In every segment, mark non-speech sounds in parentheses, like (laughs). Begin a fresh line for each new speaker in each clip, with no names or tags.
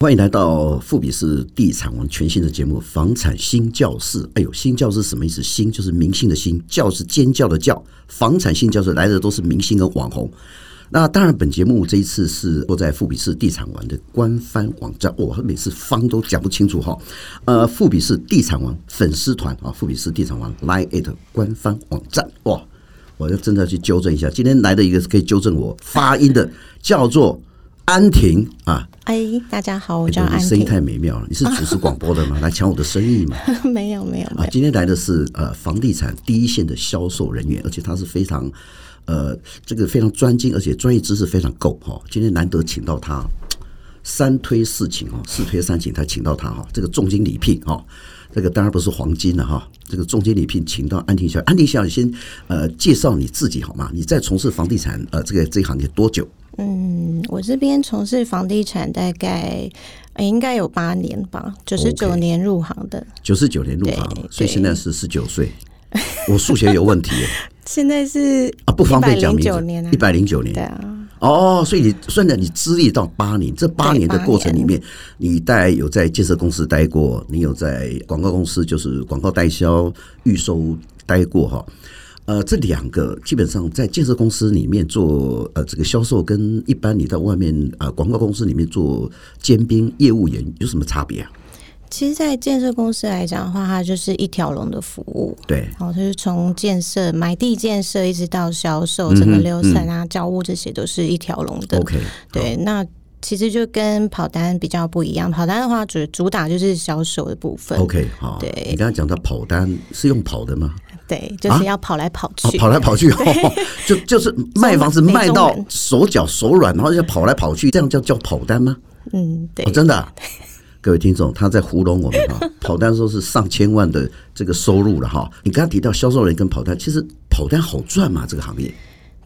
欢迎来到富比士地产王全新的节目《房产新教室》。哎呦，新教室什么意思？新就是明星的新，教是尖叫的叫。房产新教室来的都是明星跟网红。那当然，本节目这一次是坐在富比士地产王的官方网站，我、哦、每次方都讲不清楚哈、呃，富比士地产王粉丝团啊，富比士地产王 Line at 官方网站哇，我要真的去纠正一下。今天来的一个可以纠正我发音的，叫做安婷啊。
哎，大家好，我
哎
叫
你
安
声音
婷。
太美妙了，你是主持广播
(laughs)
的吗？来抢我的生意嘛？
没有没有没
啊，
有，
今天来的是呃房地产第一线的销售人员，而且他是非常呃这个非常专精，而且专业知识非常够哈、今天难得请到他，三推四请哦，四推三请才请到他哈、这个重金礼聘哈、这个当然不是黄金了哈、这个重金礼聘请到安婷小姐，安婷小姐先呃介绍你自己好吗？你在从事房地产呃这个这一行业多久？
嗯，我这边从事房地产大概、哎应该有八年吧，九十九
OK
年入行的，
九十九年入
对
行，所以
对
现在是十九岁。我数学有问题耶
现在是
啊，不方便讲名
109年
字
啊。
一百零九年
对，啊，
哦，所以你算了，你资历到八年，这八年的过程里面，你待有在建设公司待过，你有在广告公司就是广告代销、预收待过哈。呃，这两个基本上在建设公司里面做呃这个销售，跟一般你到外面呃广告公司里面做兼兵业务员有什么差别啊？
其实，在建设公司来讲的话，它就是一条龙的服务。
对，
然后就是从建设、买地建设，一直到销售，整个流程啊、交屋这些都是一条龙的。
嗯 OK，
对，那其实就跟跑单比较不一样。跑单的话主主打就是销售的部分。
OK，好，
对
你刚才讲到跑单是用跑的吗？
对，就是要跑来跑
啊
去，，
跑来跑去，哦就就是卖房子
中文
卖到
中文
手脚手软，然后就跑来跑去，这样叫叫跑单吗？
嗯，对
哦，，真的啊、各位听众，他在糊弄我们
(laughs)
哈。跑单说是上千万的这个收入了哈。你刚刚提到销售人跟跑单，其实跑单好赚嘛，这个行业。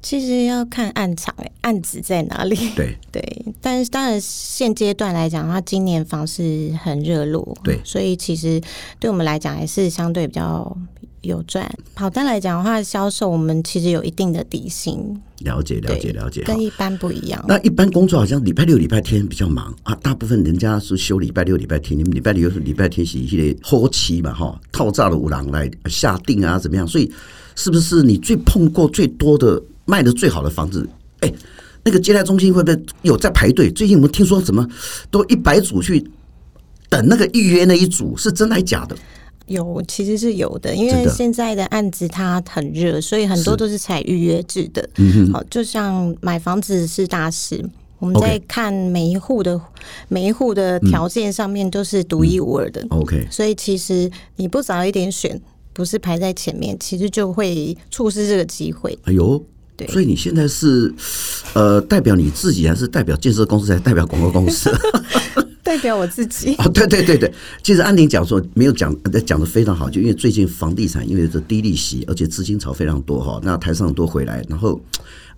其实要看案场、欸，案子在哪里。 (laughs)
对，
对，但是当然，现阶段来讲，它今年房市很热络，
对
所以其实对我们来讲还是相对比较有赚。跑单来讲的话，销售我们其实有一定的底薪，
了解了解
对
了解。好
跟一般不一样。
那一般工作好像礼拜六、礼拜天比较忙啊，大部分人家是休礼拜六、礼拜天，你们礼拜六、礼拜天是一些后期嘛，哈，套炸的五郎来下定啊，怎么样？所以是不是你最碰过最多的卖的最好的房子？哎，那个接待中心会不会有在排队？最近我们听说怎么都一百组去等那个预约那一组，是真的还假的？
有其实是有的，因
真
为
的
现在的案子它很热，所以很多都是采预约制的。
嗯
好，就像买房子是大事。我们
OK
在看每一户的每一户的条件上面都是独一无二的，
OK，
所以其实你不早一点选，不是排在前面，其实就会错失这个机会。
哎呦。
对
所以你现在是，呃，代表你自己，还是代表建设公司，还是代表广告公司？
代表我自己，
(laughs) 哦，对对对对，其实安宁讲说没有讲，呃讲的非常好，就因为最近房地产因为这低利息，而且资金潮非常多哈，那台上多回来，然后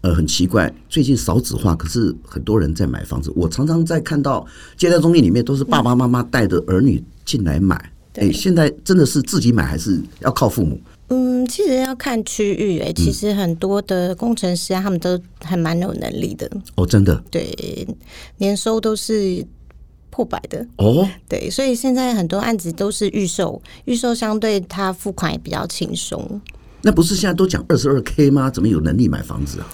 呃很奇怪，最近少子化，可是很多人在买房子，我常常在看到接待中心里面都是爸爸妈妈带着儿女进来买，哎、
对
现在真的是自己买还是要靠父母？
嗯，其实要看区域、
嗯
诶，其实很多的工程师啊，他们都还蛮有能力的，
哦，真的
对，年收都是破百的，
哦，
对，所以现在很多案子都是预售，预售相对它付款也比较轻松。
那不是现在都讲二十二 k 吗？怎么有能力买房子啊？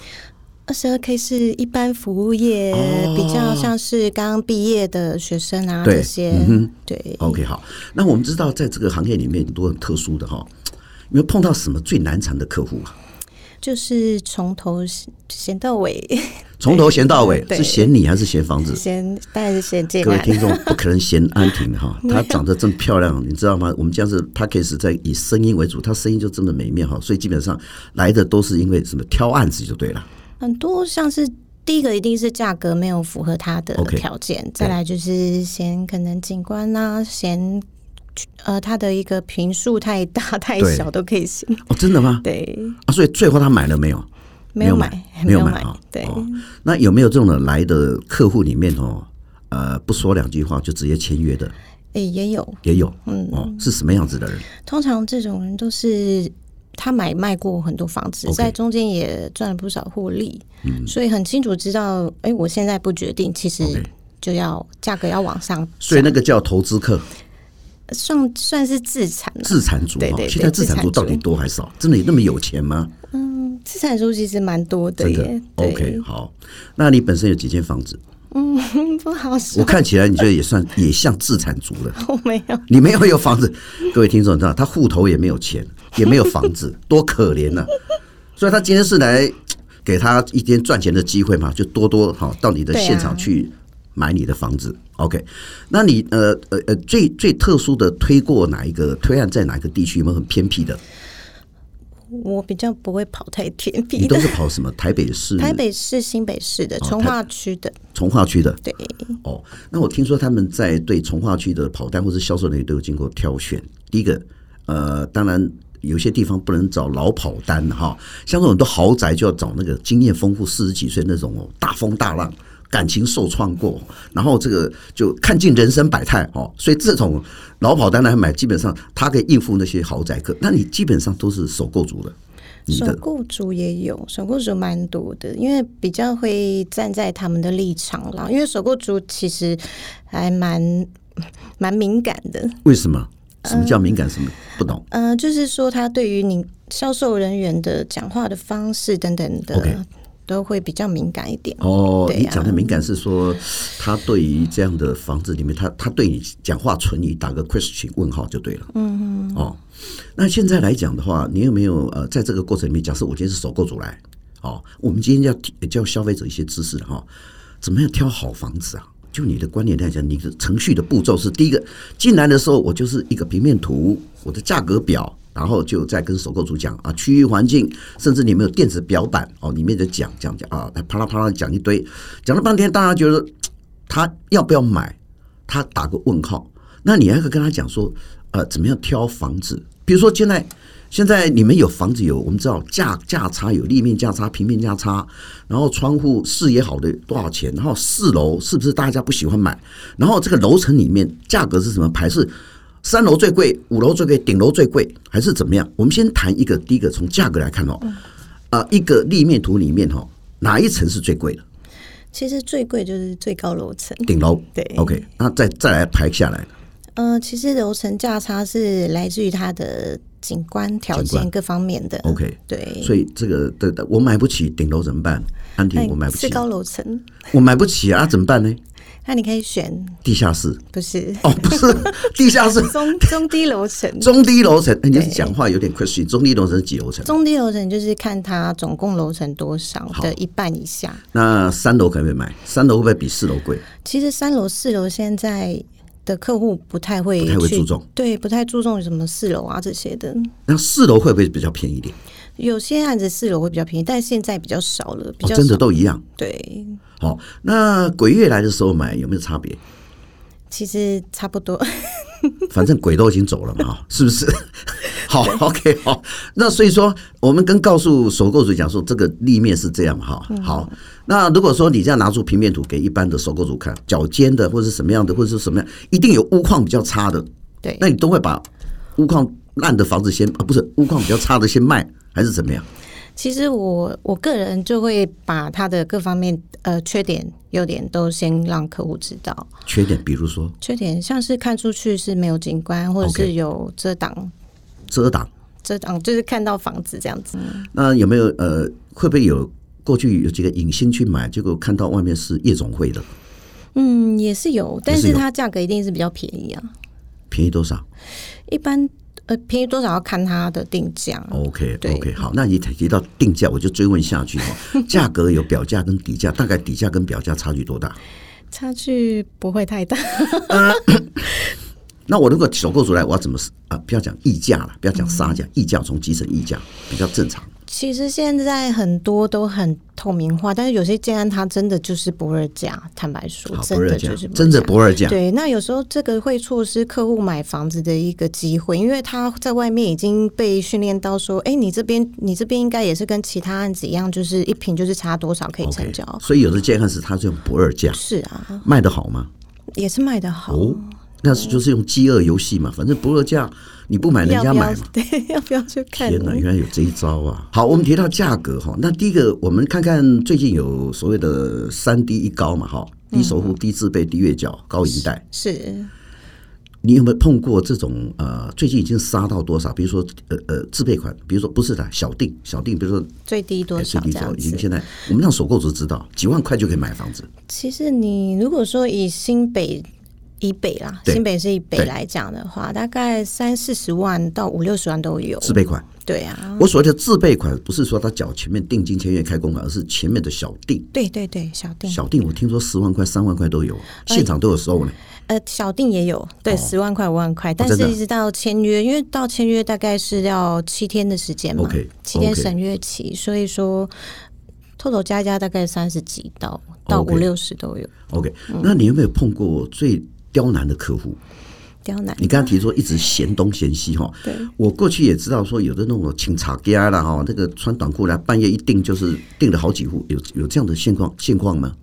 二十二 k 是一般服务业，
哦
比较像是刚毕业的学生啊
对嗯
这些，对，
OK，好，那我们知道在这个行业里面很多很特殊的哈，你们碰到什么最难缠的客户啊？
就是从头闲到尾， (laughs)
从头闲到尾，
对
是嫌你还是嫌房子？
先当然是先进
各位
来。
听众不可能嫌安婷的哈，她长得真漂亮，你知道吗？我们这样子 p a c k a g 在以声音为主，她声音就这么美妙哈，所以基本上来的都是因为什么挑案子就对了。
很多像是第一个一定是价格没有符合他的
OK
条件再来就是嫌可能景观呐、嫌呃他的一个平数太大太
对
小都可以嫌，
哦，真的吗？
对，
啊，所以最后她买了没有？
没有买，
没有买
买，
哦
对。
哦那有没有这种来的客户里面哦，呃，不说两句话就直接签约的
诶、也有，
也有？哦，是什么样子的人？
通常这种人都是他买卖过很多房子
OK 嗯
在中间哎也赚了不少获利所以很清楚知道，诶、我现在不决定，其实
OK
就就要价格要往上，
所以那个叫投资客、
算算是自产了。
自产族
对
哈
对。对
现在自产族到底多还少？真的有那么有钱吗？
嗯，资产数其实蛮多的
真的
耶。对
？OK，好。那你本身有几间房子？
嗯，不好说
我，看起来你觉得也算也像自产族了。
我没有。
你没有有房子， (laughs) 各位听众你知道，他户头也没有钱，也没有房子，多可怜呐、所以他今天是来给他一天赚钱的机会嘛，就多多好到你的
对啊
现场去买你的房子。OK，那你呃呃呃最最特殊的推过哪一个推案在哪个地区？有没有很偏僻的？
我比较不会跑太偏
你
僻
都哦
的，
是跑什么？台北市、
台北市、新北市的、从化区的，
从化区的
对，
哦。那我听说他们在对从化区的跑单或是销售人员都有经过挑选。第一个，呃，当然有些地方不能找老跑单哈，像这种都豪宅就要找那个经验丰富、四十几岁那种哦，大风大浪。感情受创过，然后这个就看尽人生百态哦，所以这种老跑单来买，基本上他可以应付那些豪宅客。那你基本上都是首购族的，你
首
的
购族也有，首购族蛮多的，因为比较会站在他们的立场啦。因为首购族其实还蛮蛮敏感的，
为什么？什么叫敏感？什么不懂？
呃，就是说他对于你销售人员的讲话的方式等等的
OK
都会比较敏感一点。
哦，
对
你
啊
讲的敏感是说，他对于这样的房子里面，他他对你讲话存疑，打个 question 问号就对了。嗯嗯。哦，那现在来讲的话，你有没有呃，在这个过程里面，假设我今天是首购主来，哦，我们今天要提教消费者一些知识哈、怎么样挑好房子啊？就你的观点来讲，你的程序的步骤是第一个进来的时候，我就是一个平面图，我的价格表，然后就再跟首购主讲啊，区域环境，甚至你们有电子表板哦，里面就讲讲讲啊，啪啦啪啦讲一堆，讲了半天，大家觉得嘖他要不要买，他打个问号。那你还可以跟他讲说，呃，怎么样挑房子？比如说现在现在你们有房子有，我们知道价价差有立面价差、平面价差，然后窗户视野好的多少钱？然后四楼是不是大家不喜欢买？然后这个楼层里面价格是什么排？是三楼最贵，五楼最贵，顶楼最贵，还是怎么样？我们先谈一个，第一个从价格来看哦，啊，一个立面图里面哦，哪一层是最贵的？
其实最贵就是最高楼层，
顶楼。
对
，OK，那再再来排下来，
呃，其实楼层价差是来自于它的景观条
景观
件各方面的。
OK
对，
所以这个对，对我买不起顶楼怎么办？安
那
婷，我买不
哎是
起，
高楼层，
我买不起啊，怎么办呢？
那你可以选，
地下室
不是、 (laughs)
哦，不是地下室，
中中低楼层。
中低楼层。哎你是讲话有点 question，中低楼层是几楼层？
中低楼层就是看它总共楼层多少的一半以下。
那三楼可不可以买？三楼会不会比四楼贵？
其实三楼、四楼现在的客户不太会
不太会
去
注重，
对，不太注重什么四楼啊这些的。
那四楼会不会比较便宜一点？哦
有些案子四楼会比较便宜，但现在比较少了，比
哦，
较
真的
少
都一样。
对，
好、哦，那鬼月来的时候买有没有差别？
其实差
(laughs)
不多。
反正鬼都已经走了嘛，哈是不是？ (laughs) 好，OK，好。那所以说，我们跟告诉首购主讲说，这个立面是这样嘛，哈。好，那如果说你这样拿出平面图给一般的首购主看，脚尖的或者是什么样的，或者是什么样，一定有屋况比较差的，
对
那，你都会把屋况烂的房子先啊，不是屋况比较差的先卖，还是怎么样？
其实我我个人就会把他的各方面呃缺点、优点都先让客户知道。
缺点，比如说
缺点像是看出去是没有景观，或者
OK
是有遮挡。
遮挡，
遮挡啊就是看到房子这样子，
那有没有呃，会不会有过去有几个影星去买，结果看到外面是夜总会的，
嗯，也是有，但
也是
是
有
它价格一定是比较便宜啊。
便宜多少？
一般呃便宜多少要看它的定价。
OK
哦对
OK，好，那你提到定价，我就追问下去
(laughs)
哈。价格有表价跟底价，大概底价跟表价差距多大？
差距不会太大。 (laughs)
那我如果首购出来，我要怎么啊？不要讲溢价了，不要讲杀
嗯
价，溢价从基层溢价比较正常。
其实现在很多都很透明化，但是有些建案它真的就是不二价，坦白说，
好，不
真
二
的
价
就是，
真的不二价。
对，那有时候这个会错失客户买房子的一个机会，因为他在外面已经被训练到说，哎、你这边你这边应该也是跟其他案子一样，就是一瓶就是差多少可以成
OK，
交。
所以有的健康是它是用不二价
是啊，
卖得好吗？
也是卖得好。
哦，那是就是用饥饿游戏嘛，反正不二价你不买人
要
家
不
买
要
嘛。？
(laughs) 对，要不要去看？
天哪，原来有这一招啊！好，我们提到价格哈，那第一个我们看看最近有所谓的三低一高嘛哈，
嗯
低首付、低自备、低月缴、高银贷，
是
你有没有碰过这种呃？最近已经杀到多少？比如说呃呃自备款，比如说不是的小定小定，比如说
最低多
哎最
少
低
这
多少？
样
已经
子？
现在我们让首购族知道，几万块就可以买房子，
其实你如果说以新北以北啦，
对
新北是以北
对
来讲的话，大概三四十万到五六十万都有。
自备款。
对啊，
我所谓的自备款，不是说他缴前面定金、签约、开工款，啊而是前面的小定。
对对对，小定
小定我听说十万块、三万块都有，啊
哎
现场都有收呢。
呃小定也有，对，十、万块五万块，但
哦真的啊
是一直到签约，因为到签约大概是要七天的时间嘛
OK，
七天
OK
审阅期，所以说。偷偷加一加大概三十几到到
OK
五六十都有，
OK，那
嗯
你有没有碰过最刁难的客户？
刁难。
你刚刚提说一直嫌东嫌西哈，
对
我过去也知道说有的那种清茶家啦哈，那个穿短裤来半夜一订就是订了好几户，有有这样的现况现况吗？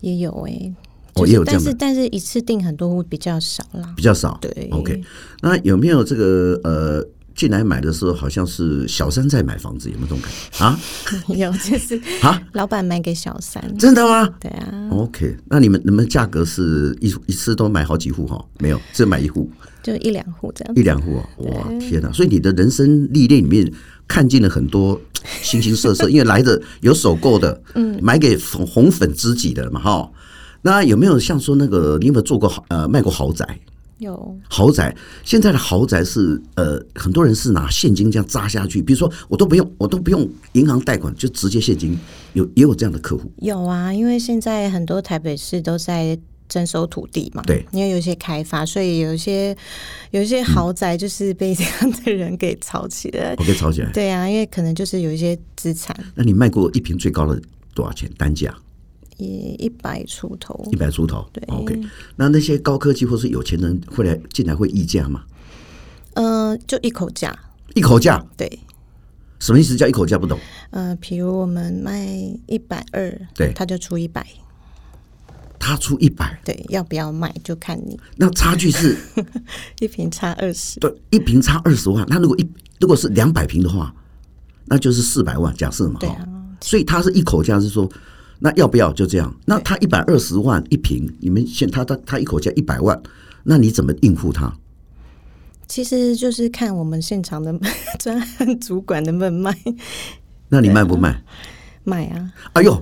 也有哎、
哦
就
也
是
有这
但
样
是
的，
但是一次订很多户比较少
(laughs)
啦
比。较少。
对
，OK，那有没有这个呃？进来买的时候，好像是小三在买房子，有没有这种感觉
(laughs)
啊？
有就是
啊，
老板买给小三，
真的吗
对啊，
？OK，那你们你们价格是一一次都买好几户哈？没有，只买一户。
就一两户这样
一。两户啊，哇天哪！所以你的人生历练里面看尽了很多形形色色，因为来的有首购的，嗯，买给红红粉知己的嘛哈。那有没有像说那个，你有没有做过豪呃卖过豪宅？
有
豪宅现在的豪宅是呃，很多人是拿现金这样砸下去，比如说我都不用，我都不用银行贷款，就直接现金。有也有这样的客户，
有啊，因为现在很多台北市都在。征收土地嘛，
对，
因为有一些开发，所以有一些有一些豪宅就是被这样的人给炒起来。
我可以吵起来。
对啊，因为可能就是有一些资产
那你卖过一瓶最高的多少钱单价？
也一百出头，
一百出头。
对
o k 那那些高科技或是有钱人会来进来会议价吗？
呃，就一口价，
一口价
对，
什么意思？叫一口价不懂。
呃，比如我们卖一百二，
对
他就出一百，
他出一百，
对，要不要卖就看你，
那差距是
一瓶差二十，
对 (laughs) 一瓶差二十万。那如果一如果是两百瓶的话，那就是四百万，假设嘛
对啊
哈。所以他是一口价是说，那要不要就这样？那他一百二十万一瓶，你们现他他他一口价一百万，那你怎么应付他？
其实就是看我们现场的 (laughs) 专案主管能不能卖
那你
啊
卖不卖？
卖啊，
哎呦，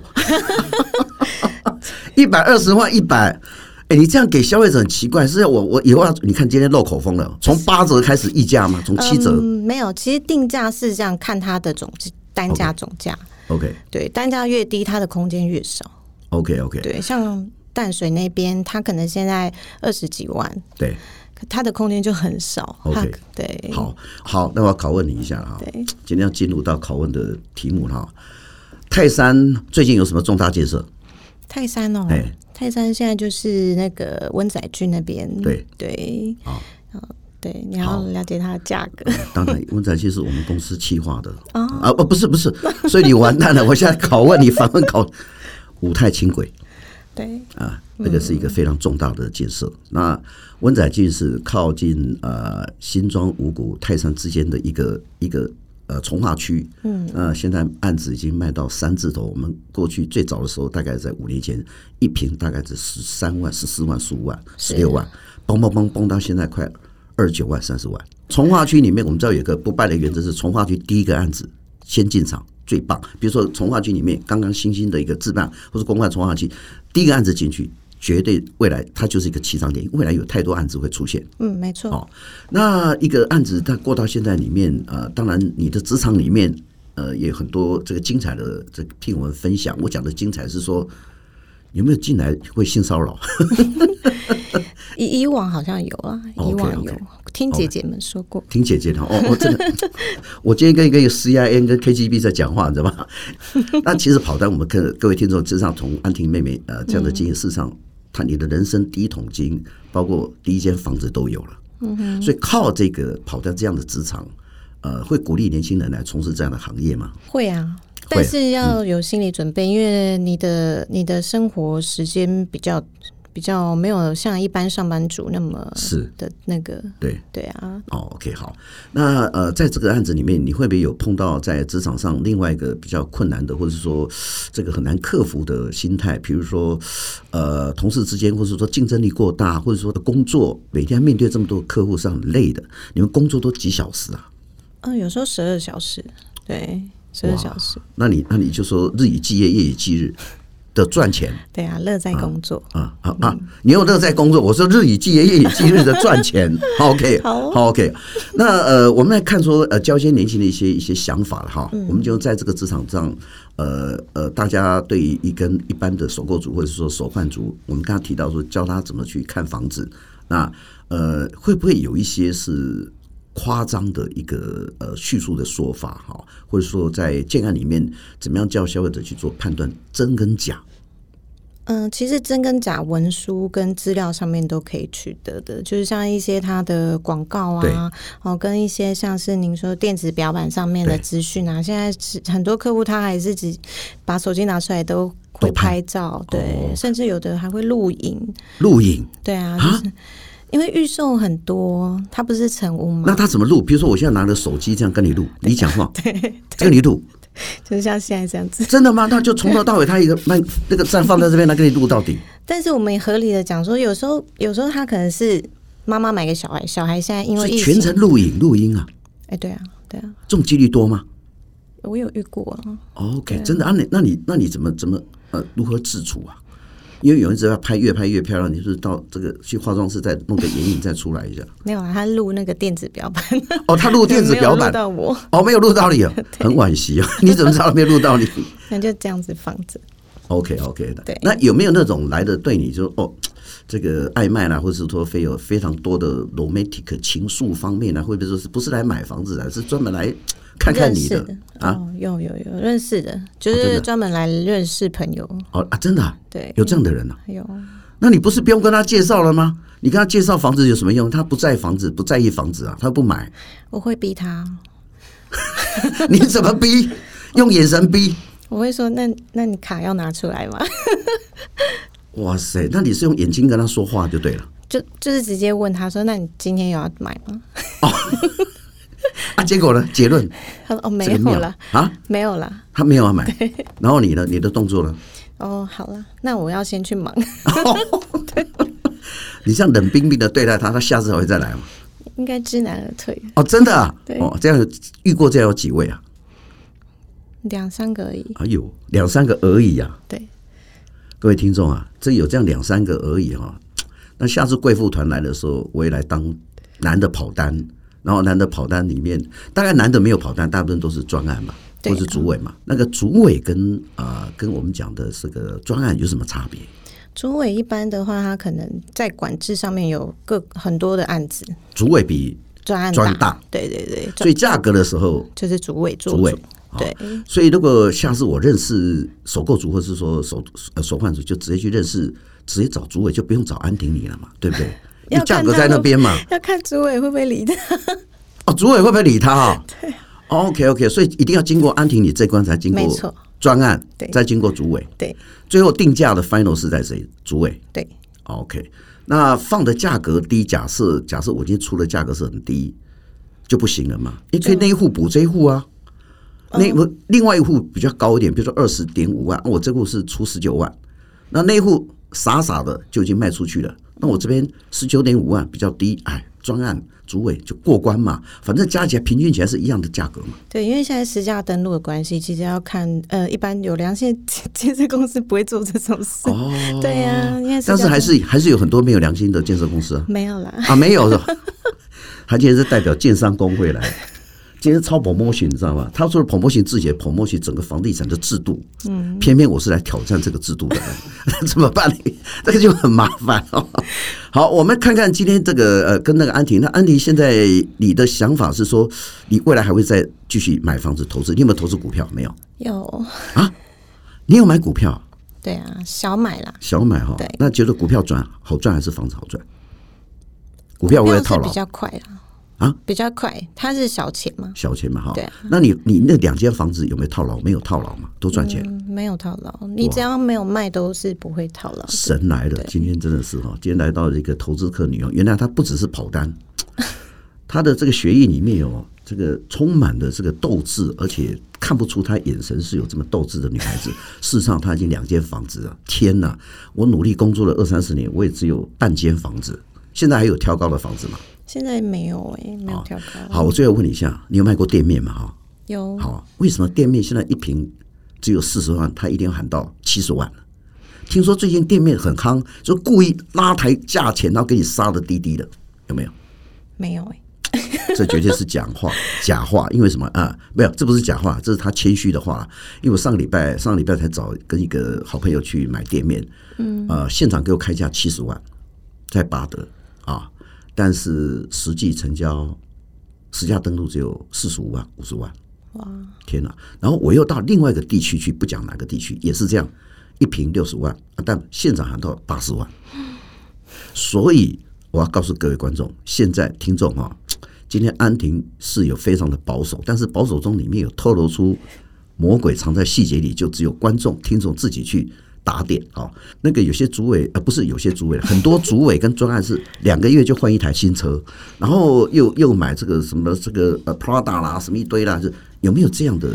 (laughs) 一百二十万一百。哎，你这样给消费者很奇怪，是要我我以后要你看今天漏口风了，从八折开始议价吗？从七折、
嗯，没有，其实定价是这样，看它的总单价总价
o k
对，单价越低，它的空间越少。
OK OK，
对，像淡水那边，它可能现在二十几万，
对，
可它的空间就很少。它
OK
对，
好好，那我要拷问你一下了哈。
对
今天要进入到拷问的题目了哈。泰山最近有什么重大建设？ (laughs)
泰山哦
哎，
泰山现在就是那个温仔郡那边，
对
对，
好
嗯对，你要了解它的价格。
当然，温展期是我们公司企划的
哦
啊，不不是不是，所以你完蛋了。我现在拷问你，反问拷五泰轻轨
对，
啊，那个是一个非常重大的建设。那温仔郡是靠近呃新庄、五股、泰山之间的一个一个呃从化区。嗯，呃，现在案子已经卖到三字头。我们过去最早的时候，大概在五年前，一平大概是十三万、十四万、十五万、十六万，嘣嘣嘣嘣到现在快二十九万、三十万。从化区里面，我们知道有一个不败的原则是从化区第一个案子先进场。最棒，比如说从化区里面刚刚新兴的一个自办或是公办从化区，第一个案子进去，绝对未来它就是一个起涨点，未来有太多案子会出现。
嗯，没错。
哦，那一个案子，它过到现在里面，呃，当然你的职场里面，呃，也有很多这个精彩的这个听我们分享。我讲的精彩是说，有没有进来会性骚扰？
以以往好像有啊，
OK，
以往有
OK
听姐姐们说过。
听姐姐的哦，我真的， (laughs) 我今天跟一个 CIN 跟 KGB 在讲话，你知道吗？那其实跑单，我们各各位听众，职场从安婷妹妹呃这样的经验，事实上，她你的人生第一桶金，包括第一间房子都有了。嗯所以靠这个跑单这样的职场，呃，会鼓励年轻人来从事这样的行业吗？
会啊，但是要有心理准备，因为你的你的生活时间比较。比较没有像一般上班族那么
是
的那个，
对。
对啊，
哦，OK，好，那呃，在这个案子里面，你会不会有碰到在职场上另外一个比较困难的，或者是说这个很难克服的心态？比如说，呃，同事之间，或者说竞争力过大，或者说工作每天面对这么多客户是很累的，你们工作都几小时啊？
嗯、有时候十二小时，对，十二小时，
那你那你就说日以继夜，夜以继日的赚钱
对啊，乐在工作。
啊啊啊！你有乐在工作，我说日以继夜，夜以继日的赚钱。OK，
好
好 OK。那呃，我们来看说呃，交一些年轻的一些一些想法了哈。我们就在这个职场上，呃呃，大家对于一跟一般的首购族或者是说首换族，我们刚刚提到说教他怎么去看房子，那呃，会不会有一些是夸张的一个呃叙述的说法哈，或者说在建案里面怎么样叫消费者去做判断真跟假？
嗯，其实真跟假文书跟资料上面都可以取得的，就是像一些它的广告
对
啊，哦，跟一些像是您说电子表板上面的
对
资讯啊，现在是很多客户他还是只把手机拿出来都会
都拍
拍照，对，
哦
甚至有的还会录影，
录影
对啊，就是因为预售很多，它不是成屋
那
嘛，
他怎么录？比如说，我现在拿着手机这样跟你录，
(laughs)
你讲话，跟你录，
就是像现在这样子。 (laughs)
真的吗？那就从头到尾，他一个那那个站放在这边，来跟你录到底。
但是我们也合理的讲说，有时候有时候他可能是妈妈买给小孩，小孩现在因
所
为
以
疫
全程
情，
录影录音啊，
哎、对啊，对啊，
这种几率多吗
我有遇过啊。
？OK，真的啊？你那你那你怎么怎么呃如何自处啊？因为有人只要拍越拍越漂亮，你是不是到这个去化妆室再弄个眼影再出来一下？
没有啊，他录那个电子表板，
哦，他 (laughs) 录电子表
没有 (laughs)
板
录到我，
哦，没有录到你
(laughs)
啊，很惋惜啊！你怎么知道没录到你？
那就这样子放着。
OK OK 的，
对
那有没有那种来的对你就哦，这个暧昧啦，或是说非有非常多的 romantic 情愫方面呢、会不会说是不是来买房子的，是专门来看看
认
你
识
的啊？哦
哦，有有有认识的，就
真
是
的
专门来认识朋友，
哦啊，真的啊、
对，
有这样的人啊？
有
那你不是不用跟他介绍了吗？你跟他介绍房子有什么用？他不在房子，不在意房子啊，他不买，
我会逼他，
你怎么逼？用眼神
(laughs)
逼？
我会说，那那你卡要拿出来吗？ (laughs)
哇塞，那你是用眼睛跟他说话就对了。
就就是直接问他说，那你今天有要买吗？
啊，结果呢？结论
他说哦，没
这个
有
妙
啦，
啊，
没有啦。
他没有
(laughs)
要买。然后你呢？你的动作呢？
哦，好啦，那我要先去
(laughs)
忙，
你这样冷冰冰的对待他，他下次还会再来吗？
应该知难而退，
哦，真的、啊
对，
哦，这样有遇过这样有几位啊？
两三个而已。
哎呦，两三个而已啊！
对，
各位听众啊，这有这样两三个而已哈、那下次贵妇团来的时候，我也来当男的跑单，然后男的跑单里面，大概男的没有跑单，大部分都是专案嘛，
对啊
或是主委嘛。那个主委跟啊、呃跟我们讲的这个专案有什么差别？
主委一般的话，他可能在管制上面有各很多的案子，
主委比
专案
专大，
对对对，专
所以价格的时候，
就是主委做
主委
主对，
啊所以，如果下次我认识首购族，或是说首呃首换族，就直接去认识，直接找主委，就不用找安婷你了嘛，对不对？因
(laughs) 要
为价
看
格
他
在那
会
边嘛，
要看主委会不会理他。 (laughs)
哦，主委会不会理他啊、哦、？OK OK，所以一定要经过安婷你这关，才经
没
过
错
专案
对，
再经过主委，
对
最后定价的 final 是在谁？主委。
对，
OK，那放的价格低，假设假设我今天出的价格是很低，就不行了嘛？你可以那一户补这一户啊，那我另外一户比较高一点，比如说二十点五万，啊我这户是出十九万，那那一户傻傻的就已经卖出去了，那我这边十九点五万比较低，哎，专案主委就过关嘛，反正加起来平均起来是一样的价格嘛。
对，因为现在实价登录的关系，其实要看呃，一般有良心的 (laughs) 建设公司不会做这种事。
哦
对呀、因为实价
但是
登
还是还是有很多没有良心的建设公司啊。
没有啦。
啊，没有的， (laughs) 他今天是代表建商工会来，今天超 promotion 你知道吗？他说的 promotion 自己的 promotion 整个房地产的制度，嗯，偏偏我是来挑战这个制度的， (laughs) 怎么办呢？这个就很麻烦哦。好，我们看看今天这个呃，跟那个安婷，那安婷现在你的想法是说，你未来还会再继续买房子投资？你有没有投资股票？没有，
有，
你有买股票？
对啊，小买啦。
小买哈、
对
哦那觉得股票赚好赚还是房子好赚？股票我也
是
套牢
比，较快啦，
啊，
比较快，它是小钱嘛，
小钱嘛哈。
对啊
那你你那两间房子有没有套牢？没有套牢嘛，都赚钱。
嗯，没有套牢，你只要没有卖都是不会套牢。
神来了，今天真的是哈，今天来到这个投资客女王，原来她不只是跑单，她的这个血液里面有这个充满了这个斗志，而且看不出她眼神是有这么斗志的女孩
(laughs)
子。事实上，她已经两间房子了，天哪！我努力工作了二三十年，我也只有半间房子，现在还有挑高的房子吗？
现在没有哎、没有跳高。
哦好，我最后问你一下，你有卖过店面吗？哈，
有
好，为什么店面现在一平只有四十万，他一定要喊到七十万了？听说最近店面很夯，就故意拉抬价钱，然后给你杀的低低的，有没有？
没有哎、
这绝对是讲话，假话。因为什么啊？没有，这不是假话，这是他谦虚的话。因为我上个礼拜，上个礼拜才找跟一个好朋友去买店面，嗯，呃，现场给我开价七十万，在巴德啊，但是实际成交，实价登录只有四十五万、五十万。哇！天哪！然后我又到另外一个地区去，不讲哪个地区，也是这样，一平六十万，啊但现场喊到八十万。所以我要告诉各位观众，现在听众啊，今天安婷是有非常的保守，但是保守中里面有透露出魔鬼藏在细节里，就只有观众、听众自己去打点啊。那个有些主委呃，不是有些主委，很多主委跟专案是两个月就换一台新车，然后又又买这个什么这个呃 Prada 啦，什么一堆啦，就有没有这样的？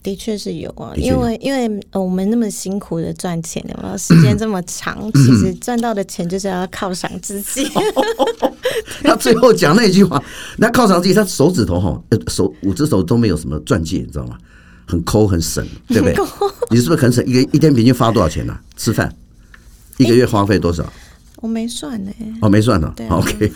的确是有啊，
的确有
因为因为呃我们那么辛苦的赚钱，有没有时间这
(laughs)
么长？其实赚到的钱就是要犒赏自己。
哦 (laughs) 他最后讲那句话，那犒赏自己，他手指头哈，呃手五只手都没有什么钻戒，你知道吗？很抠很省，对不对？你是不是很省？一个一天平均花多少钱呢、啊吃饭一个月花费多少？
我没算欸呢、
哦，没算呢、
对啊
好 OK，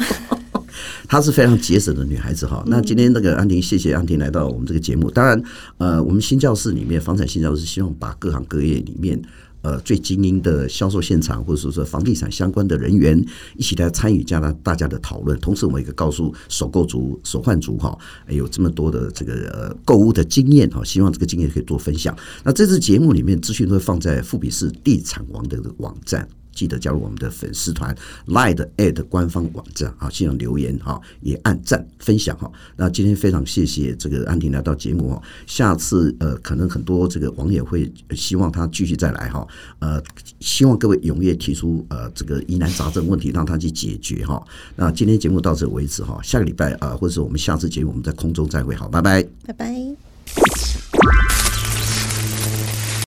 她是非常节省的女孩子哈。
嗯
那今天那个安婷，谢谢安婷来到我们这个节目。当然，呃，我们新教室里面，房产新教室希望把各行各业里面。呃，最精英的销售现场，或者说是房地产相关的人员，一起来参与加拿大家的讨论。同时，我们也告诉首购族、首换族哈、哎有这么多的这个呃购物的经验哈、希望这个经验可以做分享。那这次节目里面资讯都会放在富比士地产王的网站。记得加入我们的粉丝团 Line 的 at 官方网站啊，现场留言哈，也按赞分享哈。那今天非常谢谢这个安婷来到节目哈，下次呃可能很多这个网友会呃希望她继续再来哈，呃希望各位踊跃提出呃这个疑难杂症问题，让她去解决哈。那今天节目到这为止哈，下个礼拜啊、呃或者是我们下次节目我们在空中再会，好，拜拜。
拜拜。